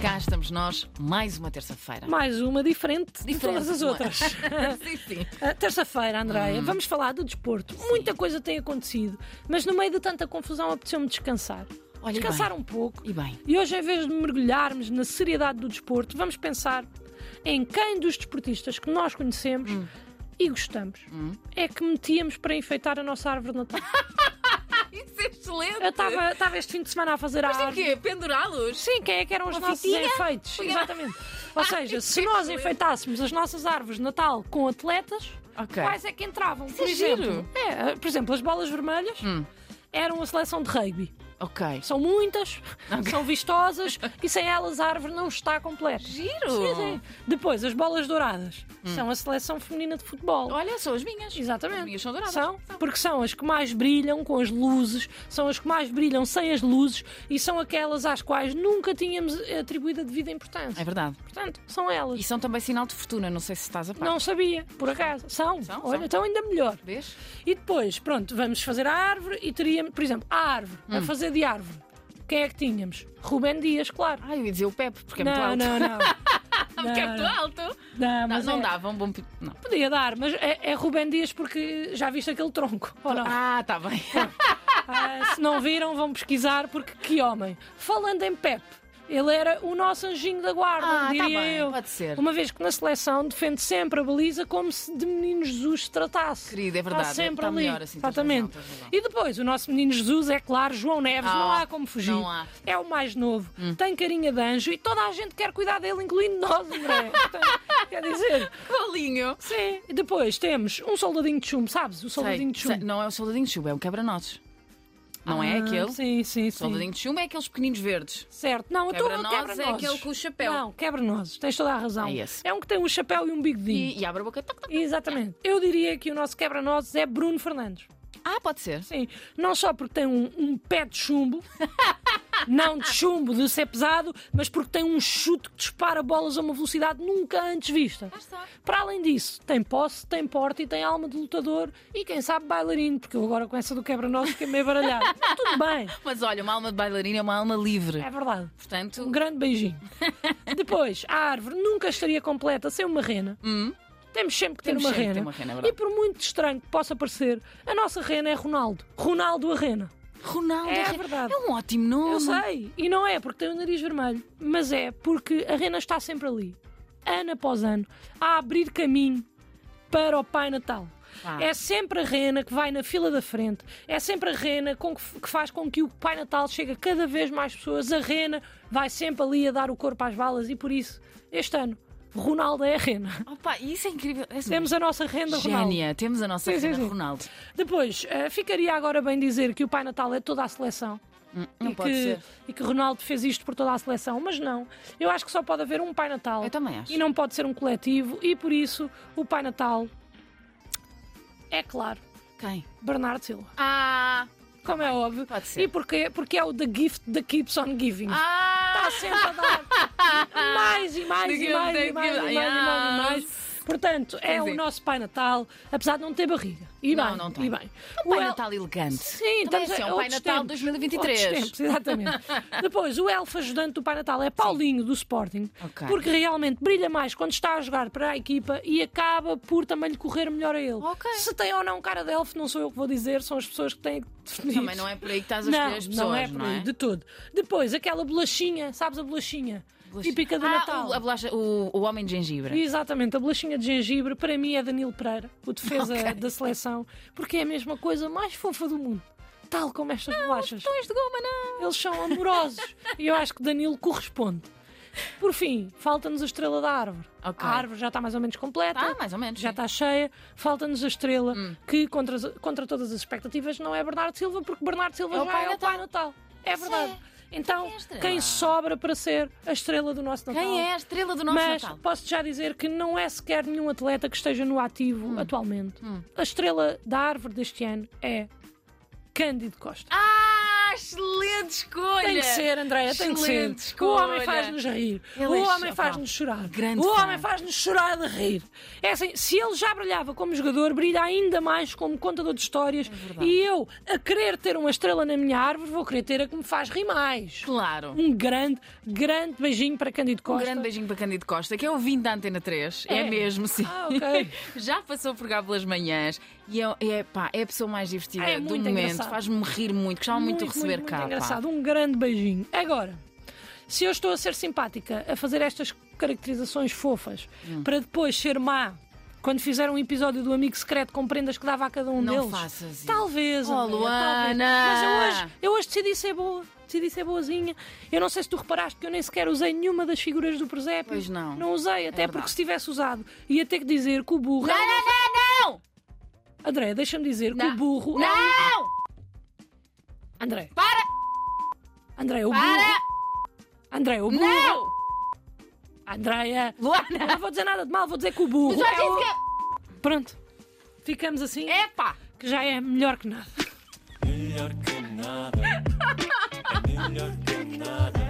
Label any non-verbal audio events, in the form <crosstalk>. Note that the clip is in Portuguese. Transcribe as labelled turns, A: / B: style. A: Cá estamos nós, mais uma terça-feira.
B: Mais uma diferente, de
A: Diferente,
B: todas as
A: não é? <laughs> Hum.
B: outras.
A: sim, sim.
B: Ah, Terça-feira, Andréia, vamos falar do desporto. Muita coisa tem acontecido, mas no meio de tanta confusão apeteceu-me descansar.
A: Olha, e
B: descansar
A: bem.
B: um pouco.
A: E bem.
B: E hoje, em vez de mergulharmos na seriedade do desporto, vamos pensar em quem dos desportistas que nós conhecemos
A: Hum.
B: e gostamos é que metíamos para enfeitar a nossa árvore
A: <laughs>
B: de Natal.
A: Isso é excelente.
B: Eu estava este fim de semana a fazer a
A: Mas o
B: árvore.
A: quê? Pendurá-los?
B: Sim, quem é que eram os
A: Uma
B: nossos
A: fitinha?
B: enfeites?
A: Olha. <laughs>
B: Exatamente. Ou seja, se nós enfeitássemos as nossas árvores de Natal com atletas,
A: Ok.
B: quais é que entravam? Por
A: é Hum.
B: exemplo, é, por exemplo, as bolas vermelhas eram a seleção de rugby.
A: Ok.
B: São muitas, são vistosas e sem elas a árvore não está completa.
A: Giro. Hum.
B: Sim, sim. Depois, as bolas douradas são a seleção feminina de futebol.
A: Olha, são as minhas.
B: Exatamente.
A: As minhas são douradas.
B: São, porque são as que mais brilham com as luzes, são as que mais brilham sem as luzes e são aquelas às quais nunca tínhamos atribuído a devida importância.
A: É verdade.
B: Portanto, são elas.
A: E são também sinal de fortuna, não sei se estás a par.
B: Não sabia, por acaso. São.
A: tá São,
B: Olha,
A: são.
B: então ainda melhor.
A: Vês?
B: E depois, pronto, vamos fazer a árvore e teríamos, por exemplo, a árvore,
A: Hum.
B: a fazer de árvore. Quem é que tínhamos? Rubén Dias, claro.
A: Ah, eu ia dizer o Pepe, porque é
B: não,
A: muito alto.
B: não,
A: <laughs>
B: não,
A: Porque é muito
B: não.
A: alto.
B: não.
A: Não,
B: mas
A: não
B: é-
A: dava um bom... pi- Não.
B: Podia dar, mas é, é Rubén Dias porque já viste aquele tronco, ou não?
A: Ah, está
B: <laughs>
A: bem.
B: Ah, se não viram, vão pesquisar, porque que homem. Falando em Pep, ele era o nosso anjinho da guarda,
A: Ah, tá
B: diria
A: bem,
B: eu.
A: pode ser.
B: Uma vez que na seleção defende sempre a baliza como se de menino Jesus se tratasse.
A: Querido, é verdade,
B: Está sempre
A: está
B: ali.
A: melhor assim, tens
B: Exatamente.
A: razão, tens razão.
B: E depois, o nosso menino Jesus é claro, João Neves,
A: Ah,
B: não há como fugir.
A: não há. Hum.
B: É o mais novo, tem carinha de anjo e toda a gente quer cuidar dele, incluindo nós,
A: <laughs>
B: André. Portanto, Quer dizer,
A: Bolinho.
B: sim. E depois temos um soldadinho de chumbo, sabes? O
A: Sei,
B: soldadinho de chumbo. Ah,
A: sei, não é o soldadinho de chumbo, é um quebra-nozes. Não é aquele?
B: Sim, sim, sim.
A: Soldadinho de chumbo é aqueles pequeninos verdes.
B: Certo, não, então é o
A: Quebra-nozes é
B: quebra-nozes.
A: aquele com o chapéu.
B: Não, quebra-nozes, tens toda a razão.
A: É esse.
B: um que tem um chapéu e um bigodinho.
A: E, e abre a boca. toc, toc.
B: Exatamente. Eu diria que o nosso quebra-nozes é Bruno Fernandes.
A: Ah, pode ser.
B: Sim, não só porque tem um, um pé de
A: <laughs>
B: chumbo, não de chumbo, de ser pesado, mas porque tem um chute que dispara bolas a uma velocidade nunca antes vista.
A: está.
B: Para além disso, tem posse, tem porte e tem alma de lutador e quem sabe bailarino, porque eu agora com essa do quebra-nozes fiquei meio baralhado. Mas Tudo bem,
A: Mas olha, uma alma de bailarina é uma alma livre.
B: é verdade. Um
A: Portanto, <laughs>
B: grande beijinho. Depois, a árvore nunca estaria completa sem uma rena. Temos sempre que ter
A: Hum. Temos
B: uma
A: sempre que
B: rena.
A: ter uma rena, é verdade.
B: e por muito estranho que possa parecer, a nossa rena é Ronaldo. Ronaldo a rena.
A: Ronaldo
B: É
A: Re-
B: verdade.
A: é um ótimo nome.
B: Eu sei. E não é porque tem o nariz vermelho, mas é porque a rena está sempre ali, ano após ano, a abrir caminho para o Pai Natal.
A: Ah.
B: É sempre a rena que vai na fila da frente, é sempre a rena com que, f- que faz com que o Pai Natal chegue a cada vez mais pessoas. A rena vai sempre ali a dar o corpo às balas e por isso, este ano, Ronaldo é a rena.
A: Opa, isso é incrível. É
B: Temos a nossa renda Ronaldo.
A: Génia, temos a nossa
B: Sim, sim,
A: Rena
B: sim.
A: Ronaldo.
B: Depois, eh, ficaria agora bem dizer que o Pai Natal é toda a seleção.
A: Não
B: e,
A: Hum, pode
B: que,
A: ser.
B: e que Ronaldo fez isto por toda a seleção, mas não. Eu acho que só pode haver um Pai Natal.
A: Eu também acho.
B: E não pode ser um coletivo, e por isso o Pai Natal é claro,
A: Quem?
B: Bernardo Silva.
A: Ah!
B: Como é óbvio.
A: pode ser.
B: E porquê? Porque é o The Gift that keeps on giving.
A: Ah!
B: Está sempre
A: <laughs>
B: a dar mais e mais e
A: Gift
B: mais
A: that
B: e mais e
A: keeps-
B: mais e mais e mais. Portanto, é
A: Sim, sim.
B: o nosso Pai Natal, apesar de não ter barriga. E
A: Não,
B: bem,
A: não tem.
B: E bem.
A: Um Pai
B: O El-
A: Natal elegante. Também
B: Sim, estamos
A: assim,
B: a-
A: é um Pai
B: outros
A: Natal
B: tempos,
A: 2023.
B: outros
A: <laughs>
B: tempos, exatamente. Depois, o elfo ajudante do Pai Natal é Paulinho, do Sporting,
A: Ok.
B: porque realmente brilha mais quando está a jogar para a equipa e acaba por também lhe correr melhor a ele.
A: Ok.
B: Se tem ou não cara de elfo, não sou eu que vou dizer, são as pessoas que têm que definir.
A: Também não é por aí que estás a escolher
B: Não,
A: as pessoas,
B: não é por aí, de todo. Depois, aquela bolachinha, sabes a bolachinha? Típica do
A: Ah,
B: Natal.
A: O, a bolacha- o, o homem de gengibre.
B: Exatamente, a bolachinha de gengibre para mim é Danilo Pereira, o defesa
A: Ok.
B: da seleção, porque é a mesma coisa mais fofa do mundo. Tal como estas bolachas.
A: Tons de goma, não!
B: Eles são amorosos e eu acho que Danilo corresponde. Por fim, falta-nos a estrela da árvore.
A: Ok.
B: A árvore já está mais ou menos completa.
A: Ah, mais ou menos. sim.
B: Já
A: Hum.
B: está cheia, falta-nos a estrela que, contra, as- contra todas as expectativas, não é Bernardo Silva, porque Bernardo Silva
A: É o
B: já
A: Pai
B: é o Pai Natal. É verdade. Então,
A: Quem é a estrela?
B: quem sobra para ser a estrela do nosso Natal?
A: Quem é a estrela do nosso
B: Mas
A: Natal?
B: posso já dizer que não é sequer nenhum atleta que esteja no ativo atualmente. A estrela da árvore deste ano é Cândido Costa.
A: Ah,
C: excelente escolha!
B: Tem que ser, Andréia, tem que ser.
C: Excelente
B: O homem
C: escolha.
B: faz-nos rir.
C: Ele
B: o
C: é
B: homem
C: opa,
B: faz-nos chorar.
A: grande
B: o
A: fã.
B: homem faz-nos chorar de rir. É assim, se ele já brilhava como jogador, brilha ainda mais como contador de histórias. e eu, a querer ter uma estrela na minha árvore, vou querer ter a que me faz rir mais.
A: Claro.
B: Um grande, grande beijinho para Cândido
A: Um
B: Costa.
A: grande beijinho para Candido Costa, que é ouvinte da Antena 3. É,
B: É?
A: mesmo, sim.
B: Ah, ok.
A: Já passou por cá pelas manhãs e é, é, pá, é a pessoa mais divertida
B: Ah, é
A: do
B: muito
A: momento.
B: engraçado.
A: Faz-me rir muito. Gostava muito, de receber
B: muito
A: cá. pá.
B: engraçado, um grande beijinho. Agora, se eu estou a ser simpática, a fazer estas caracterizações fofas,
A: Hum.
B: para depois ser má quando fizer um episódio do Amigo Secreto com prendas que dava a cada um
A: Não
B: deles.
A: faças isso.
B: Talvez,
A: Oh,
B: Andréia, talvez.
A: Luana!
B: Mas eu hoje, eu hoje decidi ser boa. Decidi ser boazinha. Eu não sei se tu reparaste que eu nem sequer usei nenhuma das figuras do presépio.
A: Pois não. É
B: Não usei, até
A: verdade.
B: porque se tivesse usado, ia ter que dizer que o burro.
A: Não, não, não, não!
B: André, deixa-me dizer que
A: Não.
B: o burro. é
A: Não!
B: André,
A: Para!
B: André, o burro.
A: Para!
B: André, o burro.
A: Não!
B: Andréia!
A: Luana!
B: Não vou dizer nada de mal, vou dizer que o burro.
A: Mas já
B: é o-
A: disse que.
B: Pronto, ficamos assim,
A: Epá!
B: que já é melhor que nada.
D: Melhor que nada. É melhor que nada.